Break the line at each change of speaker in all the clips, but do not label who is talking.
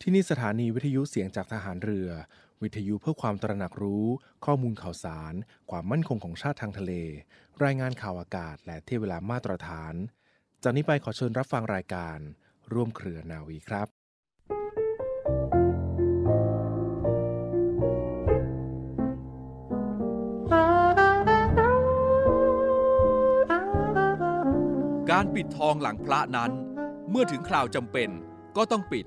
ที่นี่สถานีวิทยุเสียงจากทหารเรือ วิทยุเพื่อความตระหนักรู้ ข้อมูลข่าวสาร ความมั่นคงของชาติทางทะเล รายงานข่าวอากาศ และเที่ยวเวลามาตรฐาน จากนี้ไปขอเชิญรับฟังรายการ ร่วมเครือนาวีครับ
การปิดทองหลังพระนั้น เมื่อถึงคราวจำเป็นก็ต้องปิด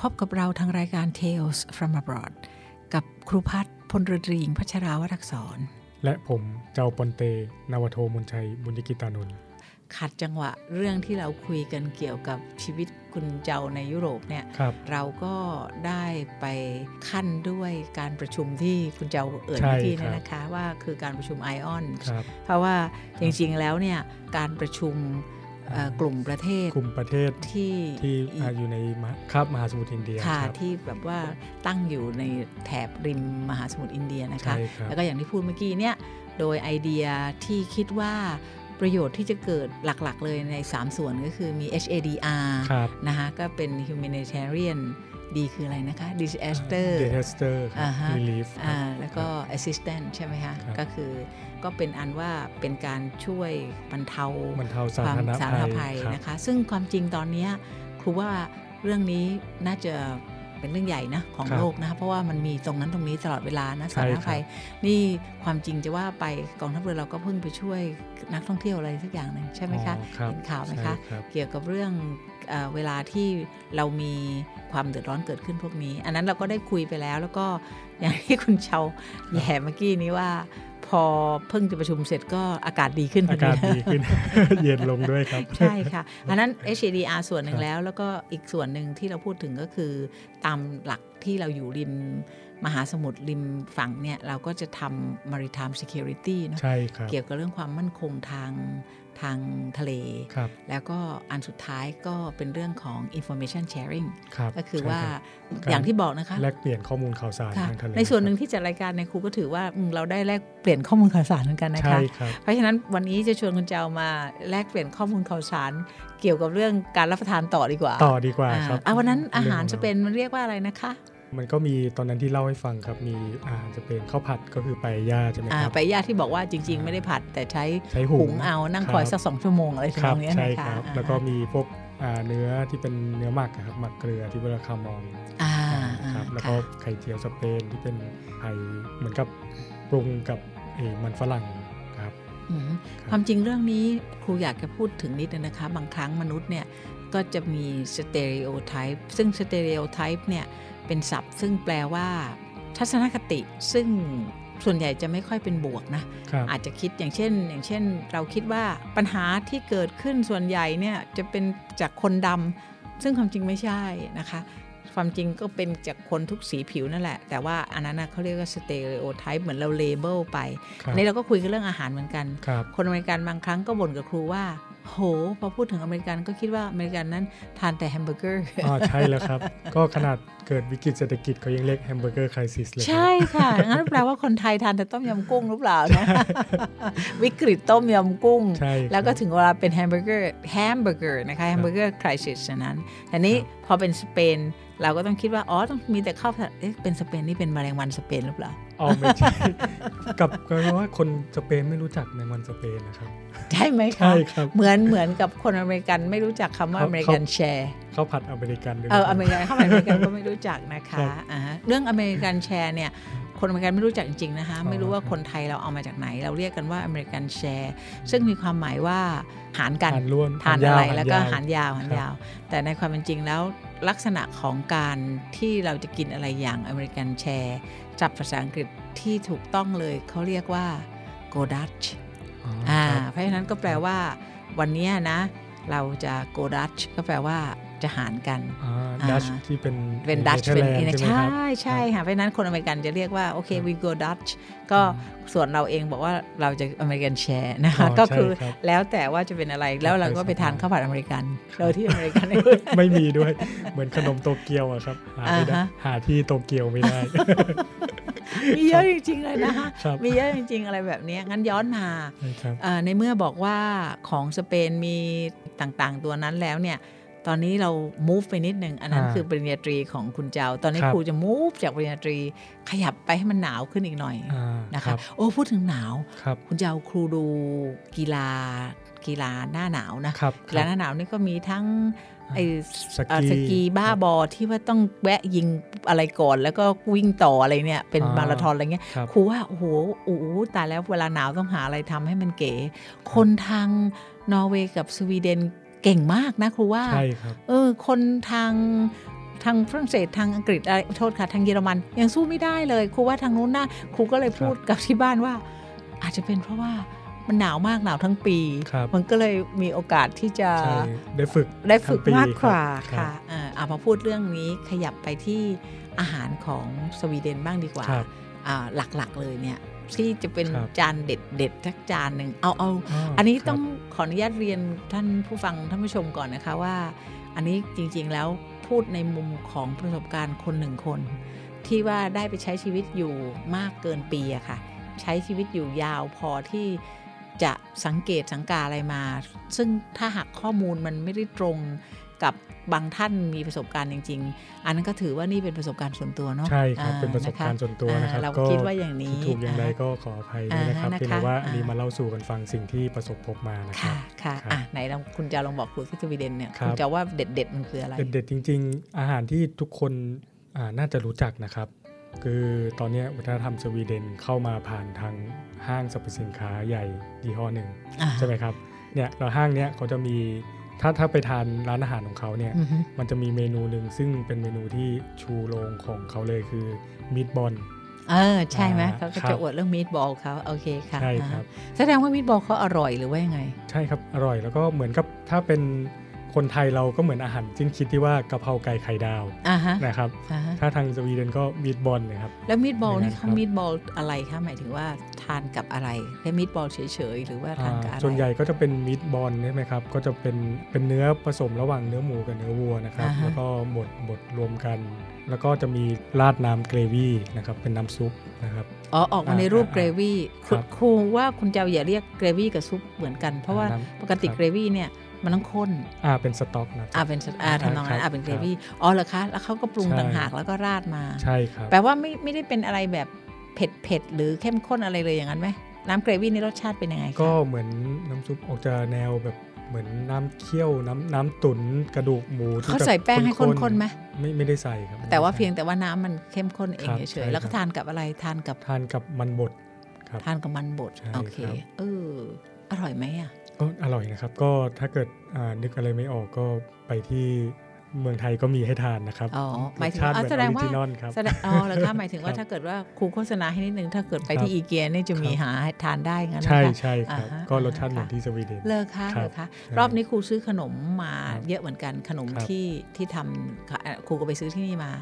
พบกับเราทางรายการ Tales from abroad กับครูพัฒน์พลรดรีงพัชราวรักษร
และผมเจ้าปอนเต นาวโทมนชัย บุญยกิตานนท์
ขัดจังหวะเรื่องที่เราคุยกันเกี่ยวกับชีวิตคุณเจ้าในยุโรปเนี่ย
ครับ
เราก็ได้ไปขั้นด้วยการประชุมที่คุณเจ้าเอ่ย
ใช่
เมื่อกี้เน
ครั
ย
บ
นะคะว่าคือการประชุมไอออน
ครับ
เพราะว่าจริงๆแล้วเนี่ยการประชุมเอ่อกลุ่มประเทศ
กลุ่มประเทศ
ที่
ที่อ่าอยู่ในมหาคาบมหาสมุทรอินเดีย
ค่ะ
ครับ
ที่แบบว่าตั้งอยู่ในแถบริมมหาสมุทรอินเดียนะคะ
ใช่ครับ
แล้วก็อย่างที่พูดเมื่อกี้เนี่ยโดยไอเดียที่คิดว่าประโยชน์ที่จะเกิดหลักๆ เลยใน 3 ส่วนก็คือมี HADR
ครับ
นะคะก็เป็น humanitarian ดีคืออะไรนะคะ disaster
เดสเตอร์
อ่าฮะ
รีลีฟ
อ่าแล้วก็ assistant ใช่ไหมคะ
ครับ
ก็คือก็เป็นอันว่าเป็นการช่วยบรรเทา
มันเทาสา
ความ
ธารณ
สาธาร
ภั
ณ
ย
ภัย
ครับ
นะคะ ซึ่งความจริงตอนเนี้ยครูว่าเรื่องนี้น่าจะเป็นเรื่องใหญ่นะของ
ครับ
โลกนะคะเพราะว่ามันมีตรงนั้นตรงนี้ตลอดเวลานะ
ใช่
สาธารณ
ครับ
ภัยนี่ความจริงจะว่าไปกองทัพเรือเราก็เพิ่งไปช่วยนักท่องเที่ยวอะไรสักอย่างหนึ่งใช่ไหมคะ
อ๋อรับ
เห็นข่าวไหมคะ
ใช่รับ
เกี่ยวกับเรื่องเออเวลาที่เรามีความเดือดร้อนเกิดขึ้นพวกนี้ อันนั้นเราก็ได้คุยไปแล้วแล้วก็อย่างที่คุณเชาแย่เมื่อกี้นี้ว่า พอเพิ่งจะประชุมเสร็จก็อากาศดีขึ้นพ
อา
ดี
กาศดี ขึ้น เย็นลงด้วยครับ
ใช่ค่ะ อันนั้น HDR ส่วนหนึ่
ค
ง
รับ
แล้ว แล้วก็อีกส่วนหนึ่งที่เราพูดถึงก็คือ ตามหลักที่เราอยู่ริมมหาสมุทรริมฝั่งเนี่ย เราก็จะทำ maritime security เนอะ
ใช่ครับ
เกี่ยวกับเรื่องความมั่นคงทางทางทะเล
ครับ
แล้วก็อันสุดท้ายก็เป็นเรื่องของ information sharing
ครับ
ก็คือ
ใช่
ว่า
รับ การ
อย่างที่บอกนะคะ
แลกเปลี่ยนข้อมูลข่าวสาร
ค่ะ
ทางทะเล
ในส่วนหนึ่ง
ครับ
ที่จัดรายการในยครูก็ถือว่าอืมเราได้แลกเปลี่ยนข้อมูลข่าวสารเหมือนกันนะคะ
ใช่ครับ
เพราะฉะนั้นวันนี้จะชวนคุณเจ้ามาแลกเปลี่ยนข้อมูลข่าวสาร เกี่ยวกับเรื่องการรับประทานต่อดีกว่า
ต่อดีกว่าครับ
อ่าวันนั้นอาหาร
งข
จะ
ง
เป็นมันเรียกว่าอะไรนะคะ
มันก็มีตอนนั้นที่เล่าให้ฟังครับ มีอาหารจะเป็นข้าวผัดก็คือไปย่าใช่ไหม
อ่า
ครับ
ไปญาติที่บอกว่าจริง ๆ ไม่ได้ผัด แต่ใช้
ใช้หุง
หุงเอานั่งคอย
ครับ
สักสองชั่วโมงอะไรทำ
ครั
นองเนี้ย
ใช่
นะ
ค
คะ
รับ
อ่า
แล้วก็มีพวกอ่าเนื้อที่เป็นเนื้อหมักอะครับหมักเกลือที่เวลาคามอง
อ่า
อ่าครับแล้วก็
ค่ะ
ไข่เจียวสเปนที่เป็นไข่เหมือนกับปรุงกับไอ้มันฝรั่งครับ
อืม
ครับ
ความจริงเรื่องนี้ครูอยากจะพูดถึงนิดนึงนะคะ บางครั้งมนุษย์เนี่ยก็จะมีสเต r ร o โอไทป์ซึ่งสเต r ร o โอไทป์เนี่ยเป็นศัพท์ ซึ่งแปลว่า ทัศนคติซึ่งส่วนใหญ่จะไม่ค่อยเป็นบวกนะ
ครับ
อาจจะคิดอย่างเช่น อย่างเช่น เราคิดว่าปัญหาที่เกิดขึ้นส่วนใหญ่เนี่ยจะเป็นจากคนดำซึ่งความจริงไม่ใช่นะคะ ความจริงก็เป็นจากคนทุกสีผิวนั่นแหละ แต่ว่าอันนั้นน่ะเขาเรียกว่าสเต r ร o โอไทป์เหมือนเราเลเบลไป
ครั
อัน
บ
นี้เราก็คุยกันเรื่องอาหารเหมือนกัน
ครับ
คนอเมริกันบางครั้งก็บ่นกับครูว่า โห พอพูดถึงอเมริกันก็คิดว่าอเมริกันนั้นทานแต่แฮมเบอร์เกอร์
อ่าใช่แล้วครับ ก็ขนาดเกิดวิกฤตเศรษฐกิจเขายังเรียกแฮมเบอร์เกอร์คริสิสเลยครับ
ใช่ค่ะ งั้นแปลว่าคนไทยทานแต่ต้มยำกุ้งหรือเปล่านะ วิกฤตต้มยำกุ้ง
ใช่ครับ
แล้วก็ถึงเวลาเป็นแฮมเบอร์เกอร์แฮมเบอร์เกอร์นะคะแฮมเบอร์เกอร์คริสิสนั้น แต่นี้
ค
พอ
รับ
เป็นสเปน เราก็ต้องคิดว่า อ๋อ ต้องมีแต่ข้าวผัดเอ๊ะเป็นสเปนนี่เป็นแมลงวันสเปนหรือเปล่า
อ๋อไม่ใช่กับก็ว่าคนสเปนไม่รู้จักในมันสเปนนะครับ
ใช่ไหมคะ
ใช่ครับ
เหมือนเหมือนกับคนอเมริกันไม่รู้จักคำว่า
เขา
อเมริกันแชร์
ข้าวผัดอเมริกันด้วย
เอ
นะ
ออ
ครับ
เมริกันเข้าไปอเมริกันก็ไม่รู้จักนะคะ
ครับ
อ่าฮะเรื่องอเมริกันแชร์เนี่ย คนอเมริกันไม่รู้จักจริงๆนะคะ
อ๋อ
ไม่รู้ว่าคนไทยเราเอามาจากไหน เราเรียกกันว่าอเมริกันแชร์ซึ่งมีความหมายว่าหารกัน
ทานล้วน
ทานอะไร
ยา
แล้วก็
ท
หาน รยาวหารยาว แต่ในความเป็นจริงแล้วลักษณะของการที่เราจะกินอะไรอย่างอเมริกันแชร์จับภาษาอังกฤษที่ถูกต้องเลยเขาเรียกว่าโกดัช
อ่า
อ่า
ครับ
เพราะฉะนั้นก็แปลว่าวันเนี้ยนะ เราจะโกดัชก็แปลว่าจะหารกัน
อ่า
อ่า
ดัชที่เป็น
เป็นดัช
ธอ
เป็น
ร์แลด์
อิน
ใช่ไหม
ใช่
ครับ
ใช่ค่ะเพราะฉะนั้นคนอเมริกันจะเรียกว่าโอเค
ครับ
we go Dutch ก็ส่วนเราเองบอกว่าเราจะอเมริกันแชร์นะคะ
อ๋อ
ก็คือ
ใช่ครับ
แล้วแต่ว่าจะเป็นอะไรแล้วเราก็ไปทานข้าวผัดอเมริกัน โดยที่อเมริกันไม่รู้
ไม่ มีด้วย เหมือนขนมโตเกียวอะครับ หาไม่ได้
อ่าฮะ
หาที่โตเกียวไม่ได้
มีเยอะจริงๆเลยนะคะ
ครับ
มีเยอะจริง ๆ อะไรแบบเนี้ยงั้นย้อนมา
ใช่ครับ
เอ่อในเมื่อบอกว่าของสเปนมีต่างๆ ตัวนั้นแล้วเนี่ยตอนนี้เรา move ไปนิดนึงอันนั้น
อ่า
คือปริญญาตรีของคุณเจ้า ตอนนี้
ครับ
ครูจะ move จากปริญญาตรีขยับไปให้มันหนาวขึ้นอีกหน่อย
อ่า
นะ
ค
คะ
รับ
โอ้พูดถึงหนาว
ครับ
คุณจะเอาครูดูกีฬากีฬาหน้าหนาวนะครับ กีฬาหน้าหนาวนี่ก็มีทั้งไอ
ส
เอ่อสกีบ้า
ครับ
อที่ว่าต้องแวะยิงอะไรก่อนแล้วก็วิ่งต่ออะไรเนี่ยเป็น
อ่าม
มาราธอนอะไรเงี้ย
ครับ
ครูว่าโอ้โหอู้หูตายแล้วเวลาหนาวต้องหาอะไรทำให้มันเก๋ คนทางนอร์เวย์กับสวีเดนเก่งมากนะครูว่า
ใช่ครับ
เออคนทางทางฝรั่งเศสทางอังกฤษอะไรโทษค่ะทางเยอรมันยังสู้ไม่ได้เลยครูว่าทางนู้นนะครูก็เลยพูดกับที่บ้านว่า อาจจะเป็นเพราะว่ามันหนาวมากหนาวทั้งปี
ครับ
มันก็เลยมีโอกาสที่จะ
ใช่ได้ฝึก
ได้ฝึก
ทั้งปี
มากกว่า
รับ
ค่ะเออเอามาพูดเรื่องนี้ขยับไปที่อาหารของสวีเดนบ้างดีกว่า
ครับ
อ่าหลักๆเลยเนี่ยที่จะเป็น
ครับ
จานเด็ดเด็ดๆสักจานหนึ่งเอาเอา อันนี้ต้องขออนุญาตเรียนท่านผู้ฟังท่านผู้ชมก่อนนะคะว่า อันนี้จริงๆแล้วพูดในมุมของประสบการณ์คนหนึ่งคน ที่ว่าได้ไปใช้ชีวิตอยู่มากเกินปีอะค่ะ ใช้ชีวิตอยู่ยาวพอที่จะสังเกตสังกาอะไรมา ซึ่งถ้าหากข้อมูลมันไม่ได้ตรงกับบางท่านมีประสบการณ์จริง ๆ อันนั้นก็ถือว่านี่เป็นประสบการณ์ส่วนตัวเนาะ
ใช่ครับ
อ่
เป็นประสบการ
น
ณ์
ค
ส่วนตัว
อ่า
นะครับ
เรา
ก็
คิดว่าอย่างนี้
ผิดถูกอย่างไร
อ่า
ก็ขออภัยด้วยนะครั
อ่า
บ
นะคะ
เป็นแต่ว่าอันนี้
อ่าม
มาเล่าสู่กันฟังสิ่งที่ประสบพบมานะครั
ค่ะ
บ
ค่ะ
ครับ
อ่ะไหนลองคุณจะลองบอกครูที่สวีเดนเนี่ย
ครับ
คุณจะว่าเด็ดๆมันคืออะไร
เด็ดๆจริง ๆ อาหารที่ทุกคนอ่าน่าจะรู้จักนะครับ คือตอนเนี้ยวัฒนธรรมสวีเดนเข้ามาผ่านทางห้างสรรพสินค้าใหญ่ยี่ห้อหนึ่ง
อ่า
ใช่ไหมครับเนี่ยเราห้างเนี้ยเขาจะมีถ้าถ้าไปทานร้านอาหารของเขาเนี่ย
อือฮึ
มันจะมีเมนูหนึ่งซึ่งเป็นเมนูที่ชูโรงของเขาเลยคือมิตบอล
เออใช่ไหม
อ่า
เขาก็
ครั
จะ
บ
อวดเรื่องมีดบอลเขาโอเคค่ะ
ใช่ครับ
อ่าแสดงว่ามีดบอลเขาอร่อยหรือว่ายังไง
ใช่ครับ อร่อยแล้วก็เหมือนกับถ้าเป็นคนไทยเราก็เหมือนอาหารจิ้นคิดที่ว่ากะเพราไก่ไข่ดาว
อ่าฮะ
นะครับ
อ่าฮะ
ถ้าทางสวีเดนก็มิตบอลนะครับ
แล้วมีดบอล
ไม่
นี่
นาน
เขา
ครับ
มีดบอลอะไรคะหมายถึงว่าทานกับอะไรแค่มีดบอลเฉยๆ หรือว่าทานกับอะไร
ส่วนใหญ่ก็จะเป็นมิตบอลใช่ไหมครับ ก็จะเป็นเป็นเนื้อผสมระหว่างเนื้อหมูกับเนื้อวัวนะครับ
อ่าฮะ
แล้วก็บดบดรวมกัน แล้วก็จะมีราดน้ำเกรวี่นะครับเป็นน้ำซุปนะครับ
อ๋อออกมาในรูป
อ่า
เกรวี่
ค
ค
รั
รู
บ
ครูว่าคุณเจ้าอย่าเรียกเกรวี่กับซุปเหมือนกัน เพราะว่า
ครับ
ปกติเกรวี่เนี่ยมันต้องข้น
อ่าเป็นสต็อกนะค
อ่า
รับ
เป็นอ่าทำนองนั้น
ครั
อ่า
บ
เป็นเกรวี่อ๋อเหรอคะแล้วเขาก็ปรุง
ใช่
ต่างหากแล้วก็ราดมา
ใช่ครับ
แปลว่าไม่ไม่ได้เป็นอะไรแบบเผ็ดเผ็ดๆหรือเข้มข้นอะไรเลยอย่างนั้นไหมน้ำเกรวี่นี่รสชาติเป็นยังไงคะ
ก็เหมือนน้ำซุปออกจะแนวแบบเหมือนน้ำเคี่ยวน้ำน้ำตุ๋นกระดูกหมูที่
เขา
บบ
ใส่แป้งให้
ๆ
ข้นๆไหม
ไม่ไม่ได้ใส่ครับ
แต่ว่าเพียงแต่ว่าน้ำมันเข้มข้นเอง
ครับ
เฉ
ใช่
ยๆ แล้ว
ครั
ก็
บ
ทานกับอะไรทานกับ
ทานกับมันบดครับ
ทานกับมันบด
ใช่
โอเค
ครับ
เอออร่อยไหมอ่ะ
ก็อร่อยนะครับ ก็ถ้าเกิดอ่านึกอะไรไม่ออกก็ไปที่เมืองไทยก็มีให้ทานนะครับ
อ๋อหมายถึง
รสชาติ
อ๋อ
แบบ
แส
อ
ดง
อริ
ว่า
จินอลครับ
แสดงอ๋อแล้วคะหมายถึงว่า
ครับ
ถ้าเกิดว่าครูโฆษณาให้นิดนึง ถ้าเกิดไป
ครับ
ที่อีเกียเนี่ยจะมีหาให้ทานได้งั้นนะ
ใช่
คะ
ใช่ครับ
อ่าฮะ
ก็รสชาติเหมือน
ค่ะ
ที่สวีเดน
เลิกคะ
ครับ
เลิกคะ
ใช่
รอบนี้ครูซื้อขนมมา
ครับ
เยอะเหมือนกันขนม
ครับ
ที่ที่ทำค่ะเอ่อครูก็ไปซื้อที่นี่มา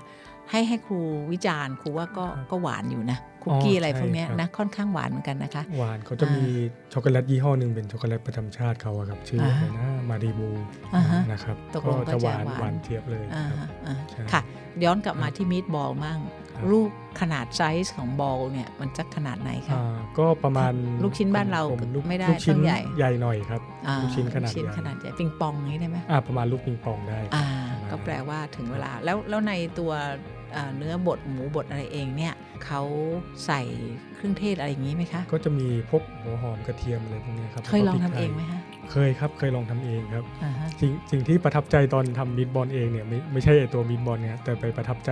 ให้ให้ครูวิจารณ์ครูว่าก็
ครับ
ก็หวานอยู่นะคุก
อ๋อ
กี้อะไรพวก
ใช่
เนี้ย
ครับ
นะค่อนข้างหวานเหมือนกันนะคะ
หวานเขาจะมีช็อกโกแลตยี่ห้อหนึ่งเป็นช็อกโกแลตประจำชาติเขาอะครับ ชื่ออะ
อ่า
ไรนะมารีบู
อ่าฮะ
นะครับ
ตกลงก็
จะ
จะ
หวาน
หวาน
หวานเทียบเลย
อ่า
ครับ
ฮะอ่า
ใช่
ค่ะ ย้อนกลับมาที่มีดบอลมั่ง
ครับ
ลูกขนาดไซส์ของบอลเนี่ยมันจะขนาดไหนคะ
อ่าก็ประมาณ
ลูกชิ้นบ้านเรา
ผมลูก
ไม่ได้
ลูกชิ้น
ต้อง
ให
ใหญ่
ญ่หน่อยครับ
อ่า
ลูกชิ้นขนาด
ลูกชิ้น
ใหญ่
ขนาดใหญ่ปิงปองนี้ได้ไหม
อ่าประมาณลูกปิงปองได้ครับ
อ่า
ระมาณ
ก็แปล
นั้น
ว่าถึงเวลาแล้วแล้วในตัวเอ่อเนื้อบดหมูบดอะไรเองเนี่ยเขาใส่เครื่องเทศอะไรอย่างนี้ไหมคะ
ก็จะมีพวกหัวหอมกระเทียมอะไรพวกนี้ครับ
เคยลองทำ
แวก็พริกไท
เองไหมคะ
เคยครับเคยลองทำเองครับ
อ่าฮะ
สิ่งสิ่งที่ประทับใจตอนทำมิตบอลเองเนี่ยไม่ไม่ใช่ไอตัวมิตบอลเนี่ยแต่ไปประทับใจ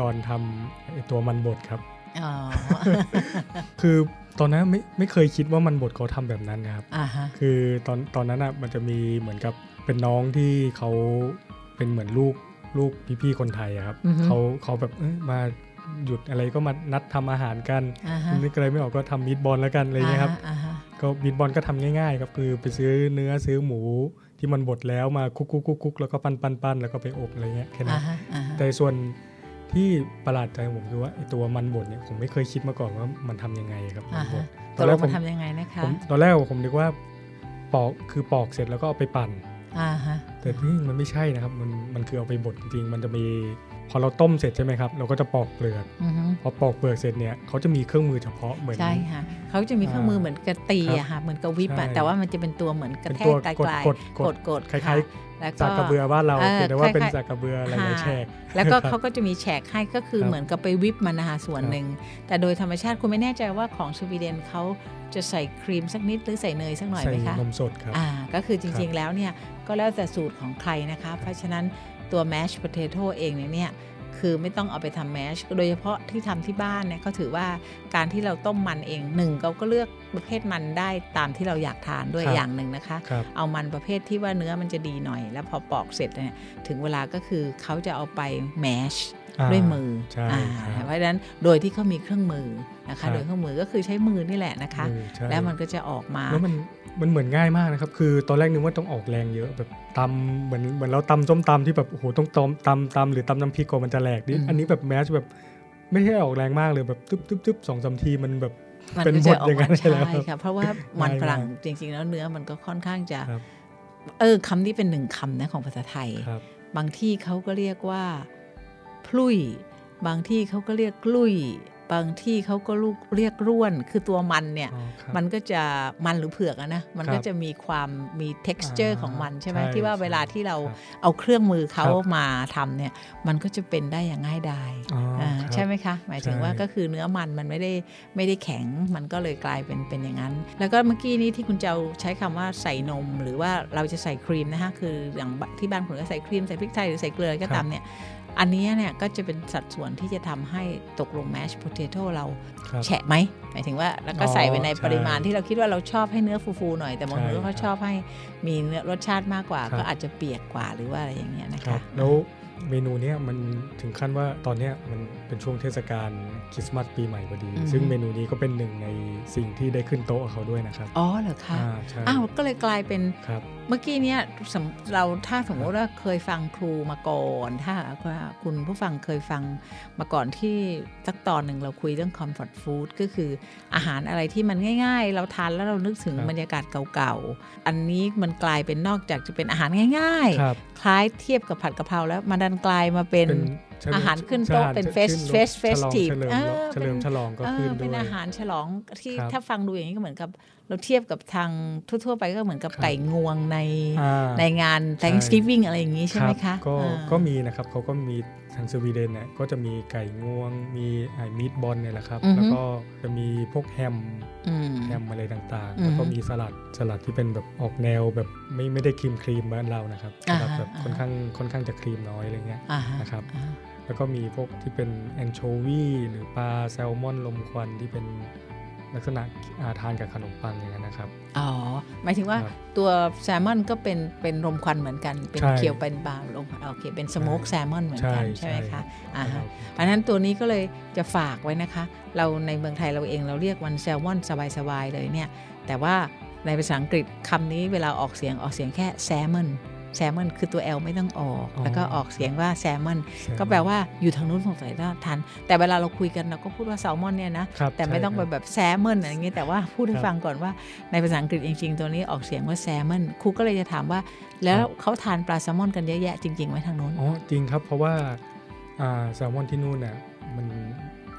ตอนทำไอตัวมันบดครับ
อ๋ อ
คือตอนนั้นไม่ไม่เคยคิดว่ามันบทเขาทำแบบนั้นนะครับ
อ่าฮะ
คือตอนตอนนั้นอ่ะมันจะมีเหมือนกับเป็นน้องที่เขาเป็นเหมือนลูกลูกพี่ๆคนไทยอะครับ
อือฮึ
เขาเขาแบบเอ้ยมาหยุดอะไรก็มานัดทำอาหารกัน
อ่าฮะ
นึกอะไรไม่ออกก็ทำมิตบอลแล้วกันอะไรเงี้ยครับ
อ่าฮะ
ก็มิตบอลก็ทำง่ายๆครับคือไปซื้อเนื้อซื้อหมูที่มันบดแล้วมาคุกคุกคุกคุกๆๆๆ แล้วก็ปั้นปั้นปั้นแล้วก็ไปอบอะไรเงี้ยแค่นั้
อ่าน ฮะอ่าฮะ
แต่ส่วนที่ประหลาดใจผมคือว่าไอตัวมันบดเนี่ยผมไม่เคยคิดมาก่อนว่ามันทำยังไงครับมั
อ่าน
บ
ฮะต
ดต
ก
อน
ล
แรก
ง
ผ
มัน
ม
ทำยังไงนะคะ
ผมตอนแรกผมนึกว่าปอกคือปอกเสร็จแล้วก็เอาไปปั่น
อ่าฮะ
แต่ที่มันไม่ใช่นะครับมันมันคือเอาไปบดจริงๆมันจะมีพอเราต้มเสร็จใช่ไหมครับ เราก็จะปอกเปลือก
อือฮึ
พอปอกเปลือกเสร็จเนี่ยเขาจะมีเครื่องมือเฉพาะเหมือน
ใช่ค่ะ เขาจะมีเครื่องมือเหมือนกระตี
ครับ
อะค่ะ เหมือนกระวิบอะ
ใช่
แต่ว่ามันจะเป็นตัวเหมือนกระแทกไกล
เป็นตัว
ๆ
กดกด
กด
คล้ายๆ
ะแล้วก็
สากกระเบือบ้านเรา
เออ
เพียงแต่ว่าเป็น
คล้ายๆ
สากกระเบืออะไรนะแฉก
แล้วก็
ครับ
เขาก็จะมีแฉกให้ก็คือ
ครับ
เหมือนกับไปวิบมันนะคะส่วน
ครับ
หนึ่ง แต่โดยธรรมชาติคุณไม่แน่ใจว่าของสวีเดนเขาจะใส่ครีมสักนิดหรือใส่เนยสักหน่อย
ใส่
ไหมคะ
นมสดครับ
อ่าก็คือจ
ครั
ริง
บ
ๆแล้วเนี่ยก็แล้วแต่สูตรของใครนะคะ เพราะฉะนั้นตัว mashed potato เองเนี่ย คือไม่ต้องเอาไปทำ mash โดยเฉพาะที่ทำที่บ้านเนี่ยก็ถือว่าการที่เราต้มมันเองหนึ่งเราก็เลือกประเภทมันได้ตามที่เราอยากทานด้วย
ครับ
อย่างหนึ่งนะคะ
ครับ
เอามันประเภทที่ว่าเนื้อมันจะดีหน่อย แล้วพอปอกเสร็จเนี่ยถึงเวลาก็คือเขาจะเอาไปแมช
อ่า
ด้วยมือ
ใช่
อ่า
ครับ
เพราะฉะนั้นโดยที่เขามีเครื่องมือนะ
ครั
คะ
บ
โดยเครื่องมือก็คือใช้มือนี่แหละนะคะ
เออใช่
แล้วมันก็จะออกมา
แล้วมันมันเหมือนง่ายมากนะครับ คือตอนแรกนึกว่าต้องออกแรงเยอะแบบตำเหมือนเหมือนเราตำส้มตำที่แบบโอ้โหต้องตำตำตำหรือตำน้ำพริกกว่อนมันจะแหลกดิ
อืม
อันนี้แบบแมสแบบไม่ใช่ออกแรงมากเลยแบบตึ๊บตึ๊บตึ๊บสองสามทีมันแบบ
มัน
เป็น
ก็
บ
จะ
ท
ออ
อย่าก งนั้
มาน ใช่
แล้วครับ
ค่ะเพราะว่ามัน
ง่ายมาก
ฝรั่งจริงๆ แล้วเนื้อมันก็ค่อนข้างจะ
ครับ
เออคำนี้เป็นหนึ่งคำนะของภาษาไทย
ครับ
บางที่เขาก็เรียกว่าพลุย บางที่เขาก็เรียกกลุย บางที่เขาก็ลูกเรียกร่วน คือตัวมันเนี่ย มันก็จะมันหรือเผือกอะนะมันก็
ครับ
จะมีความมี texture
อ่า
ของมันใช่ไหม
ใช่
ที่ว่าเวลา
ใช่
ที่เรา
ครับ
เอาเครื่องมือเขา
ครับ
มาทำเนี่ยมันก็จะเป็นได้อย่างง่ายดาย อ่าใช่ไหมคะ หมายถึง
ใช่
ว่าก็คือเนื้อมันมันไม่ได้ไม่ได้แข็งมันก็เลยกลายเป็นเป็นอย่างนั้น แล้วก็เมื่อกี้นี้ที่คุณเจ้าใช้คำว่าใส่นม หรือว่าเราจะใส่ครีมนะคะคืออย่างบที่บ้านผมก็ใส่ครีมใส่พริกไทยหรือใส่เกลือก็ตามเนี่ยอันเนี้ยเนี่ยก็จะเป็นสัดส่วนที่จะทำให้ตกลงแมชโพเทโต้เราแฉะไหมหมายถึงว่าแล้วก็ใส่ไปใน
อ๋อใช่
ปริมาณที่เราคิดว่าเราชอบให้เนื้อฟูๆหน่อยแต่บาง
ใช่
คนเขา
ครับ
ชอบให้มีเนื้อรสชาติมากกว่า
ครับ
ก็อาจจะเปียกกว่าหรือว่าอะไรอย่างเงี้ยนะ
ครั
คะ
บแล้วเมนูเนี้ยมันถึงขั้นว่าตอนเนี้ยมันเป็นช่วงเทศกาลคริสต์มาสปีใหม่พอดี
อือฮึ
ซึ่งเมนูนี้ก็เป็นหนึ่งในสิ่งที่ได้ขึ้นโต๊ะกับเขาด้วยนะครับ
อ๋อเหรอคะ
อ่าใช่
อ้าวก็เลยกลายเป็น
ครับ
เมื่อกี้เนี่ยสำเราถ้าสมมติว่าเคยฟังครูมาก่อน ถ้าหากว่าคุณผู้ฟังเคยฟังมาก่อนที่สักตอนหนึ่งเราคุยเรื่อง comfort food ก็คืออาหารอะไรที่มันง่าย ๆ เราทานแล้วเรานึกถึง
ครับ
บรรยากาศเก่าๆ อันนี้มันกลายเป็นนอกจากจะเป็นอาหารง่าย
ครับ
ๆ คล้ายเทียบกับผัดกะเพราแล้วมันดันกลายมาเป็น
เฉลิม
อาหารขึ้นโต๊ะ
ใช่
เป็น
ขึ้
fest-
รถ
fest-
ฉลอง
festive
เฉลิม
เออ
เฉลิม
เป็น
ฉลองก็
เอ
ขึ้
อน
ด้วย
เป็นอาหารฉลองที่
ครับ
ถ้าฟังดูอย่างนี้ก็เหมือนกับเราเทียบกับทางทั่ว ๆ ไปก็เหมือนกับ
ครับ
ไก่งวงใน
อ่า
ในงาน
ใช่
Thanksgiving อะไรอย่างนี้ใช่ไหม
รั
คะ
บก็
อ่า
ก็มีนะครับเขาก็มีทางสวีเดนเนี่ยก็จะมีไก่งวง มีไอ้มีดบอลเนี่ยแหละครับ
อือฮึ
แล้วก็จะมีพวกแฮม
อืม
แฮมอะไรต่าง
อืม
ๆแล้วก็มีสลัดสลัดที่เป็นแบบออกแนวแบบไม่ไม่ได้ครีมครีมๆบ้านเรานะครับส
อ่าฮะ
ลัดแบบ
อ่าฮะ
ค่อนข้างค่อนข้างจะครีมน้อยอะไรเงี้ย
อ่าฮ
นะครับ
อ่าฮ
แล้วก็มีพวกที่เป็นแอนโชวีหรือปลาแซลมอนลมควันที่เป็นลักษณะอาทานกับขนมปังอย่างนั้นนะครับ
อ๋อ หมายถึงว่า
ครับ
ตัวแซลมอนก็เป็นเป็นรมควันเหมือนกัน เป็น
ใช่
เคียวเป็นบาร์ลมควันโอเค เป็นสโมกแซลมอนเหมือนกัน
ใช่
ใช่ไหม
ใช่
คะอ่า
ค
ฮะ
รับ
อันนั้นตัวนี้ก็เลยจะฝากไว้นะคะ เราในเมืองไทยเราเองเราเรียกมันแซลมอนสบายๆเลยเนี่ย แต่ว่าในภาษาอังกฤษคำนี้เวลาออกเสียงออกเสียงแค่แซลมอนแซลมอนคือตัว L ไม่ต้องออก
อ๋อ
แล้วก็ออกเสียงว่าแซลมอน
ใช่
ก็แปลว่าอยู่ทางนู้นสงสัยน่าทานแต่เวลาเราคุยกันเราก็พูดว่าแซลมอนเนี่ยนะ
ครับ
แต่ไม่ต้องไป
ใช่ครับ
แบบแซมเมอนอะไรอย่างเงี้ยแต่ว่าพูดให้
ครับ
ฟังก่อนว่าในภาษาอังกฤษจริงๆ ตัวนี้ออกเสียงว่าแซมเมอนครูก็เลยจะถามว่า แล้ว
ครับ
เขาทานปลาแซลมอนกันเยอะแยะจริงๆไหมทางนู้น
อ๋อจริงครับเพราะว่าอ่าแซลมอนที่นู่นน่ะมัน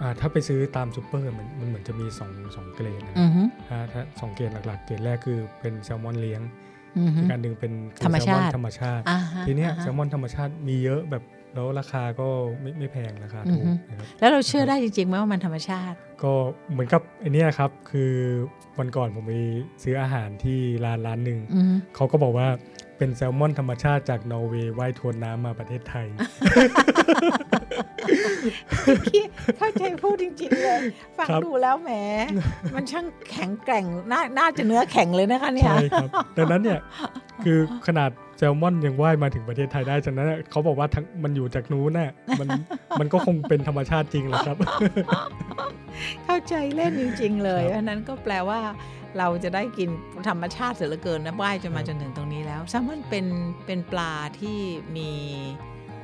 อ่าถ้าไปซื้อตามซูเปอร์มันมันเหมือนจะมีสองสองเกรดนะ
อือฮึ
ถ้าถ้าสองเกรดหลักๆ เกรดแรกคือเป็นแซลมอนเลี้ยง
อือฮึ
อีกอันหนึ่งเป็นคือ
ธรรมชาติ
แซลอนธรรมชาติ
อ่าฮะ
ทีเนี้ย
อ่า
แซ
ฮะ
ลมอนธรรมชาติมีเยอะแบบแล้วราคาก็ไม่ไม่แพงราคา
อือ
ถู
ฮึ
กนะครับ
แล้วเราเชื่อได้จริงๆไหมว่ามันธรรมชาติ
ก็เหมือนกับไอเนี้ยครับคือวันก่อนผมไปซื้ออาหารที่ร้านร้านหนึ่ง
อือฮึ
เขาก็บอกว่าเป็นแซลมอนธรรมชาติจากนอร์เวย์ว่ายทวนน้ำมาประเทศไทย
เข้าใจพูดจริงๆเลยฟัง
ครับ
ดูแล้วแหม มันช่างแข็งแกร่งน่าน่าจะเนื้อแข็งเลยนะคะเนี่ย
ใช่ครับ ดังนั้นเนี่ยคือขนาดแซลมอนยังว่ายมาถึงประเทศไทยได้ฉะนั้นเนี่ยเขาบอกว่าทั้งมันอยู่จากนู้นน่ะมันมันก็คงเป็นธรรมชาติจริงแหละครับ
เข้าใจเล่นจริง ๆ เลย
ครับ
เพราะฉะนั้นก็แปลว่า เราจะได้กินธรรมชาติเสียเหลือเกินนะว่ายจนมา
ครับ
จนถึงตรงนี้แล้วแซลมอนเป็นเป็นปลาที่มี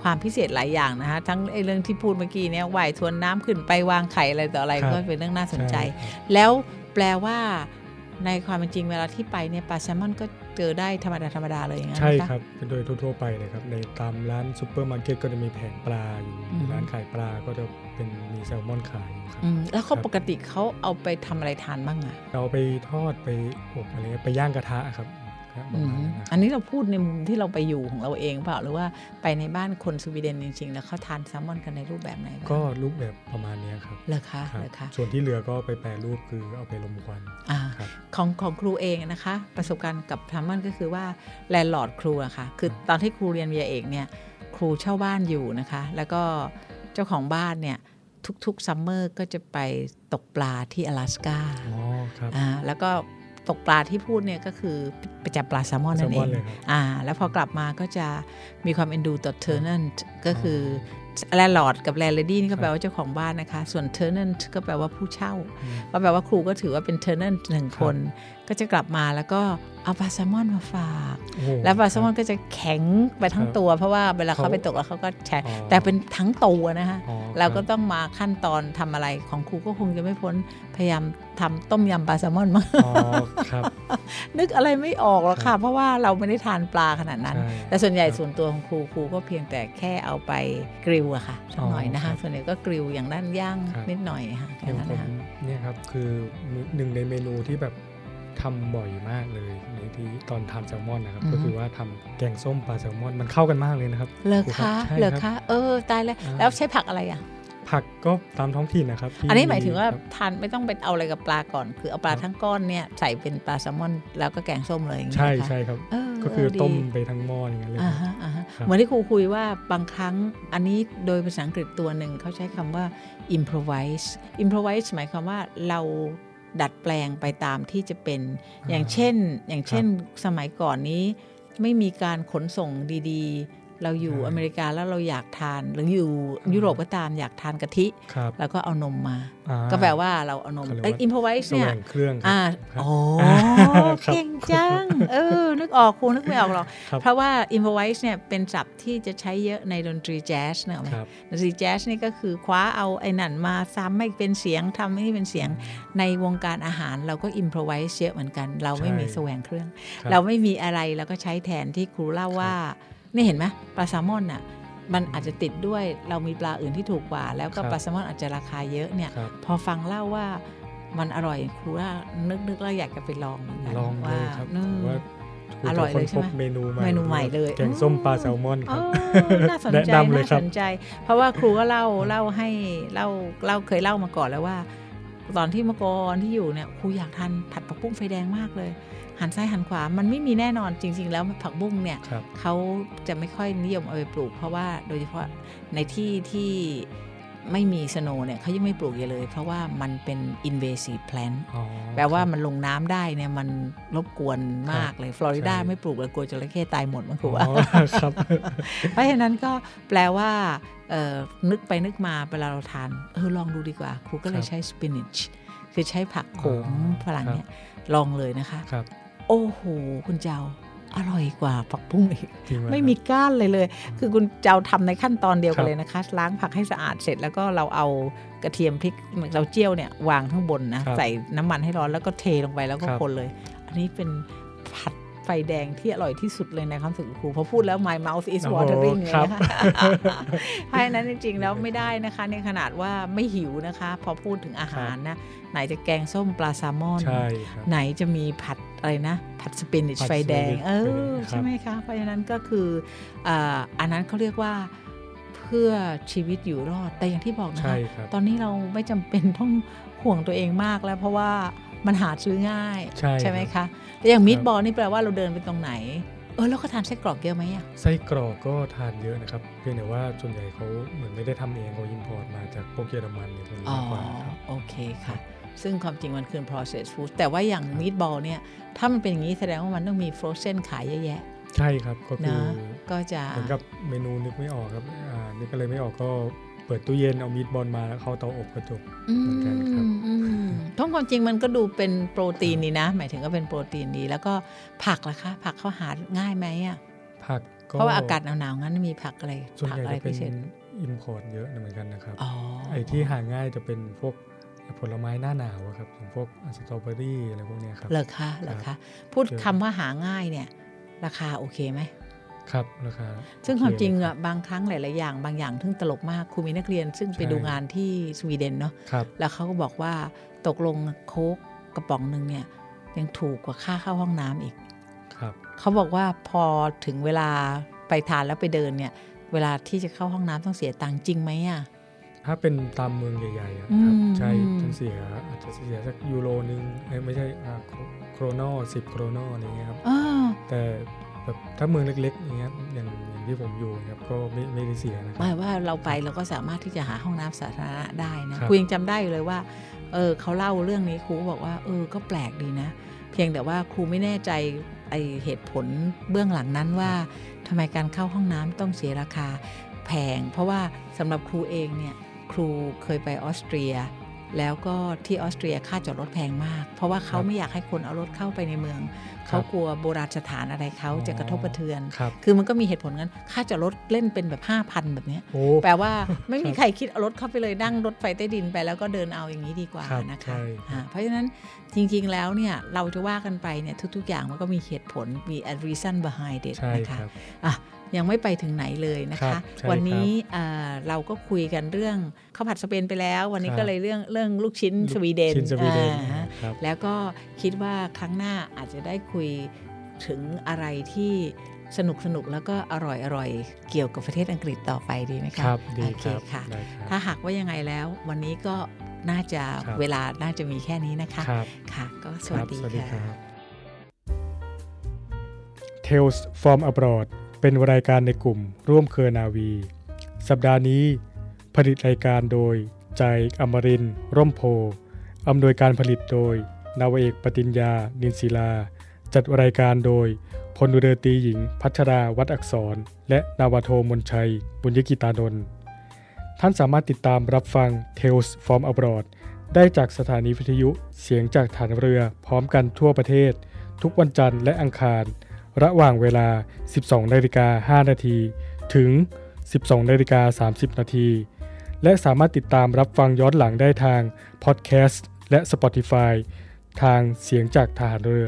ความพิเศษหลายอย่างนะคะทั้งไอ้เรื่องที่พูดเมื่อกี้เนี่ยว่ายทวนน้ำขึ้นไปวางไข่อะไรต่ออะไรก็เป็นเรื่องน่าสนใจ
ช่
แล้วแปลว่าในความเป็นจริงเวลาที่ไปเนี่ยปลาแซลมอนก็เจอได้ธรรมดาธรรมดาๆเลยอย่างนั้น
ใช่
ไหมะ
ครับเป็นโดยทั่วๆไปนะครับ ในตามร้านซูเปอร์มาร์เก็ตก็จะมีแผงปลาอยู่
อืม
มีร้านขายปลาก็จะเป็นมีแซลมอนขายอยู่ครับ
อืมแล้วเขาปกติเขาเอาไปทำอะไรทานบ้างอะ
เราไปทอดไปอบอะไรเงี้ยไปย่างกระทะครับประมาณนั้นนะค
อั
รับ
นนี้เราพูดในมุมที่เราไปอยู่ของเราเองเปล่าหรือว่าไปในบ้านคนสวีเดนจริงๆ แล้วเขาทานแซลมอนกันในรูปแบบไหนบ้าง
ก็รูปแบบประมาณเนี้ยครับ
เหรอคะ
ครับ
เหรอคะ
ส่วนที่เหลือก็ไปแปรรูปคือเอาไปลมควัน
อ่า
ครับ
ของของครูเองนะคะ ประสบการณ์กับแซลมอนก็คือว่าแลนด์ลอร์ดครูอะค่ะคือตอนที่ครูเรียนวิทยาเอกเนี่ยครูเช่าบ้านอยู่นะคะ แล้วก็เจ้าของบ้านเนี่ยทุกๆซัมเมอร์ก็จะไปตกปลาที่อลาสก้า
อ๋อครับ
อ่าแล้วก็ตกปลาที่พูดเนี่ยก็คือไปจับปลาแซลมอนนั่นเอ
แซลมอน
ง
เลยครับ
อ่าแล้วพอกลับมาก็จะมีความเอ็นดูต่อเทอร์เนนต์ก็คือแลนด์ลอร์ดกับแลนด์เลดี้นี่
ครั
ก็
บ
แปลว่าเจ้าของบ้านนะคะ ส่วนเทอร์เนนต์ก็แปลว่าผู้เช่า
อืม
ก็แปลว่าครูก็ถือว่าเป็นเทอร์เนนต์หนึ่งคน ก็จะกลับมาแล้วก็เอาปลาแซลมอนมาฝาก
โอ้โห
แล้วปลาแซลมอน
ครับ
ก็จะแข็งไปทั้ง
ครับ
ตัว เพราะว่าเวลาเขา
เขา
ไปตกแล้วเขาก็แช่
อ๋อ
แต่เป็นทั้งตัวนะคะ
อ๋อ
เรา
ค
ก็
บ
ต้องมาขั้นตอนทำอะไรของครูก็คงจะไม่พ้นพยายามทำต้มยำปลาแซลมอนมั้ง
อ๋อครับ
นึกอะไรไม่ออกหรอก
ครั
ค่ะ
บ
เพราะว่าเราไม่ได้ทานปลาขนาดนั้น
ใช่
แต่ส่วนใหญ่
ครับ
ส่วนตัวของครูครูก็เพียงแต่แค่เอาไปกริลอะค่ะสักหน่อยนะ
อ๋อครั
คะ
บ
ส่วนใหญ่ก็กริลอย่างด้านย่าง
ครับ
นิดหน่อยค่ะ
อ
แค่
ย่าง
นั้น
ผ
นะ
ม
คะ
เนี่ยครับคือหนึ่งในเมนูที่แบบทำบ่อยมากเลยในที่ตอนทำแซลมอนนะครับ ก็คือว่าทำแกงส้มปลาแซลมอนมันเข้ากันมากเลยนะครับ
เลอ
ครูรั
คะ
บใช่
เลอ
รับ
คะเออตายแล้ว
อ่า
แล้วใช้ผักอะไรอ่ะ
ผักก็ตามท้องถิ่นนะครับที่
อันนี้หมายถึงว่า
ครับ
ทานไม่ต้องไปเอาอะไรกับปลาก่อน คือเอาปลา
ครับ
ทั้งก้อนเนี่ยใส่เป็นปลาแซลมอน แล้วก็แกงส้มเลยอย่างเงี้ย
ใช่
ค่ะ
ใช่ครับ
เออ
ก็คือ
เดี
ต้มไปทั้งหม้ออย่างนั้นเลย
อ่า
ครับ
ฮะอ่าฮะ
ครับ
เหมือนที่ครูคุยว่าบางครั้งอันนี้โดยภาษาอังกฤษตัวหนึ่งเขาใช้คำว่า improvise improvise หมายความว่าเราดัดแปลงไปตามที่จะเป็น อย่างเช่น อย่างเช่นสมัยก่อนนี้ ไม่มีการขนส่งดีๆ เราอยู่
ใช่
อเมริกาแล้วเราอยากทาน หรืออยู่
อืม
ยุโรปก็ตามอยากทานกะทิ
ครับ
แล้วก็เอานมมา
อ่
ก็แปลว่าเราเอานม
เขาเรียกว่า
ไอ้ improvise
แส
เนี่
วย งเครื่องครั
อ่า
บครับ
โอ้
ครับ
เก่งจัง เออ นึกออกครูนึกไม่ออกหรอก
ครับ
เพราะว่า improvise เนี่ยเป็นศัพท์ที่จะใช้เยอะในดนตรีแจ๊สเนกอะไหม
ครับ
ดนตรีแจ๊สนี่ก็คือคว้าเอาไอ้นั่นมาซ้ำให้เป็นเสียงทำให้เป็นเสียงในวงการอาหารเราก็ improvise เยอะเหมือนกัน เราไม่มี
ใช่
แสวงเครื่อง
ครับ
เราไม่มีอะไรเราก็ใช้แทนที่ครูเล่าว่า นี่เห็นไหมปลาแซลมอนน่ะมันอาจจะติดด้วยเรามีปลาอื่นที่ถูกกว่า แล้วก็
ครับ
ปลาแซลมอนอาจจะราคาเยอะเนี่ย
ครับ
พอฟังเล่าว่ามันอร่อยครูว่านึกนึกแล้วอยากจะไปลองเหมือนกัน
ลองเลยครับ
ว่าอืม
ถือ
อ
ว่าค
ร่อยเลยใช่ไหม
จะค้นพบเมนูใหม่
เมนูใหม่เลย
แกงส้ม
อืม
ปลาแซลมอนครับ
เอ อน่าสนใจ
แนะนำเลย
น่า
ครั
ส
บ
นใจ เพราะว่าครูก็เล่าเล่าให้เล่าเล่าเคยเล่ามาก่อนแล้วว่า ตอนที่เมื่อก่อนที่อยู่เนี่ยครูอยากทานผัดผักบุ้งไฟแดงมากเลย หันซ้ายหันขวามันไม่มีแน่นอนจริง ๆ แล้วผักบุ้งเนี่ย
ครับ
เขาจะไม่ค่อยนิยมเอาไปปลูก เพราะว่าโดยเฉพาะในที่ที่ไม่มีสโนว์เนี่ยเขายังไม่ปลูกอยู่เลย เพราะว่ามันเป็น invasive plant
อ๋อ
แปลว่า
ครับ
มันลงน้ำได้เนี่ยมันรบกวนมากเลย ฟลอริดา
ใช่
ไม่ปลูกเลยกลัวจระเข้ตายหมดมั้งครูว่า
อ๋อครับ
เพราะฉะนั้นก็แปลว่าเอ่อนึกไปนึกมาเวลาเราทานเออลองดูดีกว่า ครูก็เลย
ครับ
ใช้สปินิชคือใช้ผักโขม
อ๋อ
ฝรั่งเนี่ย ลองเลยนะคะ
ครับ
โอ้โห คุณเจ้าอร่อยกว่าผักบุ้งอีก
จริงหครับ
ไม่มีก้านเลยเลย คือคุณเจ้าทำในขั้นตอนเดียว
ครั
กัน
บ
เลยนะคะ ล้างผักให้สะอาดเสร็จแล้วก็เราเอากระเทียมพริกเราเจียวเนี่ยวางข้างบนนะ
ครับ
ใส่น้ำมันให้ร้อนแล้วก็เทลงไปแล้วก็
ครับ
คนเลย อันนี้เป็นผัดไฟแดงที่อร่อยที่สุดเลยในความรู้สึกของครูพอพูดแล้ว my mouth is
โอ้โห
watering เลย
ครับ
นะคะเพราะฉะนั้นจ ริงๆแล้วไม่ได้นะคะ ในขนาดว่าไม่หิวนะคะ พอพูดถึงอาหารนะ ไหนจะแกงส้มปลาแซลมอน
ใช่ครับ
ไหนจะมีผัดอะไรนะ ผัดสเปนิช
ผัด
ไฟแดง
สเปนิช
เอ
ไฟแด
อง
ครับ
ใช่ไหมคะ เพราะฉะนั้นก็คืออาอันนั้นเขาเรียกว่าเพื่อชีวิตอยู่รอดแต่อย่างที่บอกนะ
ใช่
คะ
ครับ
ตอนนี้เราไม่จำเป็นต้องห่วงตัวเองมากแล้วเพราะว่ามันหาซื้อง่าย
ใช่
ไหม
ครั
คะ
บ
แต่อย่างมิต
ครับ
บอลนี่แปลว่าเราเดินไปตรงไหน เออแล้วก็ทานไส้กรอกเยอะไหมอ่ะ
ไส้กรอกก็ทานเยอะนะครับ เพียงแต่ว่าส่วนใหญ่เขาเหมือนไม่ได้ทำเองเขาอิมพอร์ตมาจากพวกเยอรมันหรือพวกนี้
อ๋อ
มากกว่าครับ
โอเคค่ะ ซึ่งความจริงมันคือ processed food แต่ว่าอย่างมีดบอลเนี่ยถ้ามันเป็นอย่างนี้แสดงว่ามันต้องมี frozen ขายเยอะแยะ
ใช่ครับก็คือ
นะ ก็จะ
เหมือนกับเมนูนึกไม่ออกครับอ่านึกอะไรไม่ออกก็เปิดตู้เย็นเอามีดบอลมาแล้วเข้าเตาอบกระจก
อื
เหมือนกันครับ
มอืมทั้งความจริงมันก็ดูเป็นโปรตีนนี่นะ หมายถึงก็เป็นโปรตีนดี แล้วก็ผักล่ะคะ ผักเขาหาง่ายไหมอ่ะ
ผักก็
เพราะว่าอากาศหนาวๆงั้นมีผักอะไร
ส่วน
ผั
ใหญ่
อะไร
จะเป็
พิ
น
เศษ
อิมพอร์ตเยอะเหมือนกันนะครับ
อ๋อ
ไอ้ที่หาง่ายจะเป็นพวกผลไม้หน้าหนาวอะครับอย่างพวกสตรอเบอรี่อะไรพวกเนี้ยครับ
เหรอคะเหรอ
ครั
คะ
บ
พูด
เดี๋ยว
คำว่าหาง่ายเนี่ย ราคาโอเคไหม
ครับราคา
ซึ่ง
โอ
ความ
เ
จริงอ่ะบางครั้งหลาย ๆ อย่าง บางอย่างทึ่งตลกมากครูมีนักเรียน ซึ่งไป
ใช่
ดูงานที่สวีเดนเนาะ
ครับ
แล้วเขาก็บอกว่าตกลงโค้กกระป๋องหนึ่งเนี่ย ยังถูกกว่าค่าเข้าห้องน้ำอีก
ครับ
เขาบอกว่าพอถึงเวลาไปทานแล้วไปเดินเนี่ย เวลาที่จะเข้าห้องน้ำต้องเสียตังค์จริงไหมอ่ะ
ถ้าเป็นตามเมืองใหญ่ๆอะครับ
อืม
ใช่ต้องเสียอาจจะเสียสักยูโรนึงเอ้ยไม่ใช่อ่าโคโครนอสิบโครนออะไรเงี้ยครับ
อ้อ
แต่แบบถ้าเมืองเล็กๆอย่างเงี้ยอย่างอย่างที่ผมอยู่ครับก็ไม่ไม่ได้เสียนะค
ห
รั
มายว่าเราไปเราก็สามารถที่จะหาห้องน้ำสาธารณะได้นะครับ ครูยังจำได้อยู่เลยว่าเออเขาเล่าเรื่องนี้ครูก็บอกว่า เออก็แปลกดีนะ เพียงแต่ว่าครูไม่แน่ใจไอเหตุผลเบื้องหลังนั้นว่าทำไมการเข้าห้องน้ำต้องเสียราคาแพง เพราะว่าสำหรับครูเองเนี่ยครูเคยไปออสเตรีย แล้วก็ที่ออสเตรียค่าจอดรถแพงมาก เพราะว่าเขาไม่อยากให้คนเอารถเข้าไปในเมือง เขากลัวโบราณสถานอะไรเขาจะกระทบกระเทือน
ครับ
คือมันก็มีเหตุผลงั้น ค่าจอดรถเล่นเป็นแบบ 5,000 แบบเนี้ย
โอ้
แปลว่าไม่มีใครคิดเอารถเข้าไปเลยนั่งรถไฟใต้ดินไปแล้วก็เดินเอาอย่างนี้ดีกว่า
ครับ
นะ
ใช่
คะ
ครับ
อ่าเพราะฉะนั้นจริงๆแล้วเนี่ย เราจะว่ากันไปเนี่ยทุกๆอย่างมันก็มีเหตุผลมี a reason behind it
ใช่
นะคะ
ครับ
อ่ะยังไม่ไปถึงไหนเลยนะ
ครั
คะ
บใช่
วันนี้เอ่อเราก็คุยกันเรื่องข้าวผัดสเปนไปแล้ว วันนี้
ครับ
ก็เลยเรื่องเรื่องลูกชิ้นสวีเดน
ชิ้นสวีเดน
อ่า
ครับ
แล้วก็คิดว่าครั้งหน้าอาจจะได้คุยถึงอะไรที่สนุกสนุกๆแล้วก็อร่อยอร่อยเกี่ยวกับประเทศอังกฤษต่อไปดีไหมคะ
ครับดี
โอเค
ครับ
ค่ะ
ได้ครับ
ถ้าหากว่ายังไงแล้ว วันนี้ก็น่าจะ
ครับ
เวลาน่าจะมีแค่นี้นะคะ
ครับ
ค่ะ ก็ส
ค
วัส
รับ
ดี
สวัสดีครั
ค่ะ
บ Tales from abroad เป็นรายการในกลุ่มร่วมเครือนาวี สัปดาห์นี้ ผลิตรายการโดย ใจอมรินทร์ร่มโพธิ์อำนวยการผลิตโดย นาวเอกปฏิญญา นินศิลา จัดรายการโดย พลเรือตรีหญิง พัชราวัดอักษร และนาวาโทมนชัย บุญยกิตานนท์ท่านสามารถติดตามรับฟัง Tales from abroad ได้จากสถานีวิทยุเสียงจากฐานเรือพร้อมกันทั่วประเทศ ทุกวันจันทร์และอังคาร ระหว่างเวลา 12นาฬิกา5นาทีถึง 12นาฬิกา30 นาที และสามารถติดตามรับฟังย้อนหลังได้ทางพอดแคสต์และ Spotify ทางเสียงจากฐานเรือ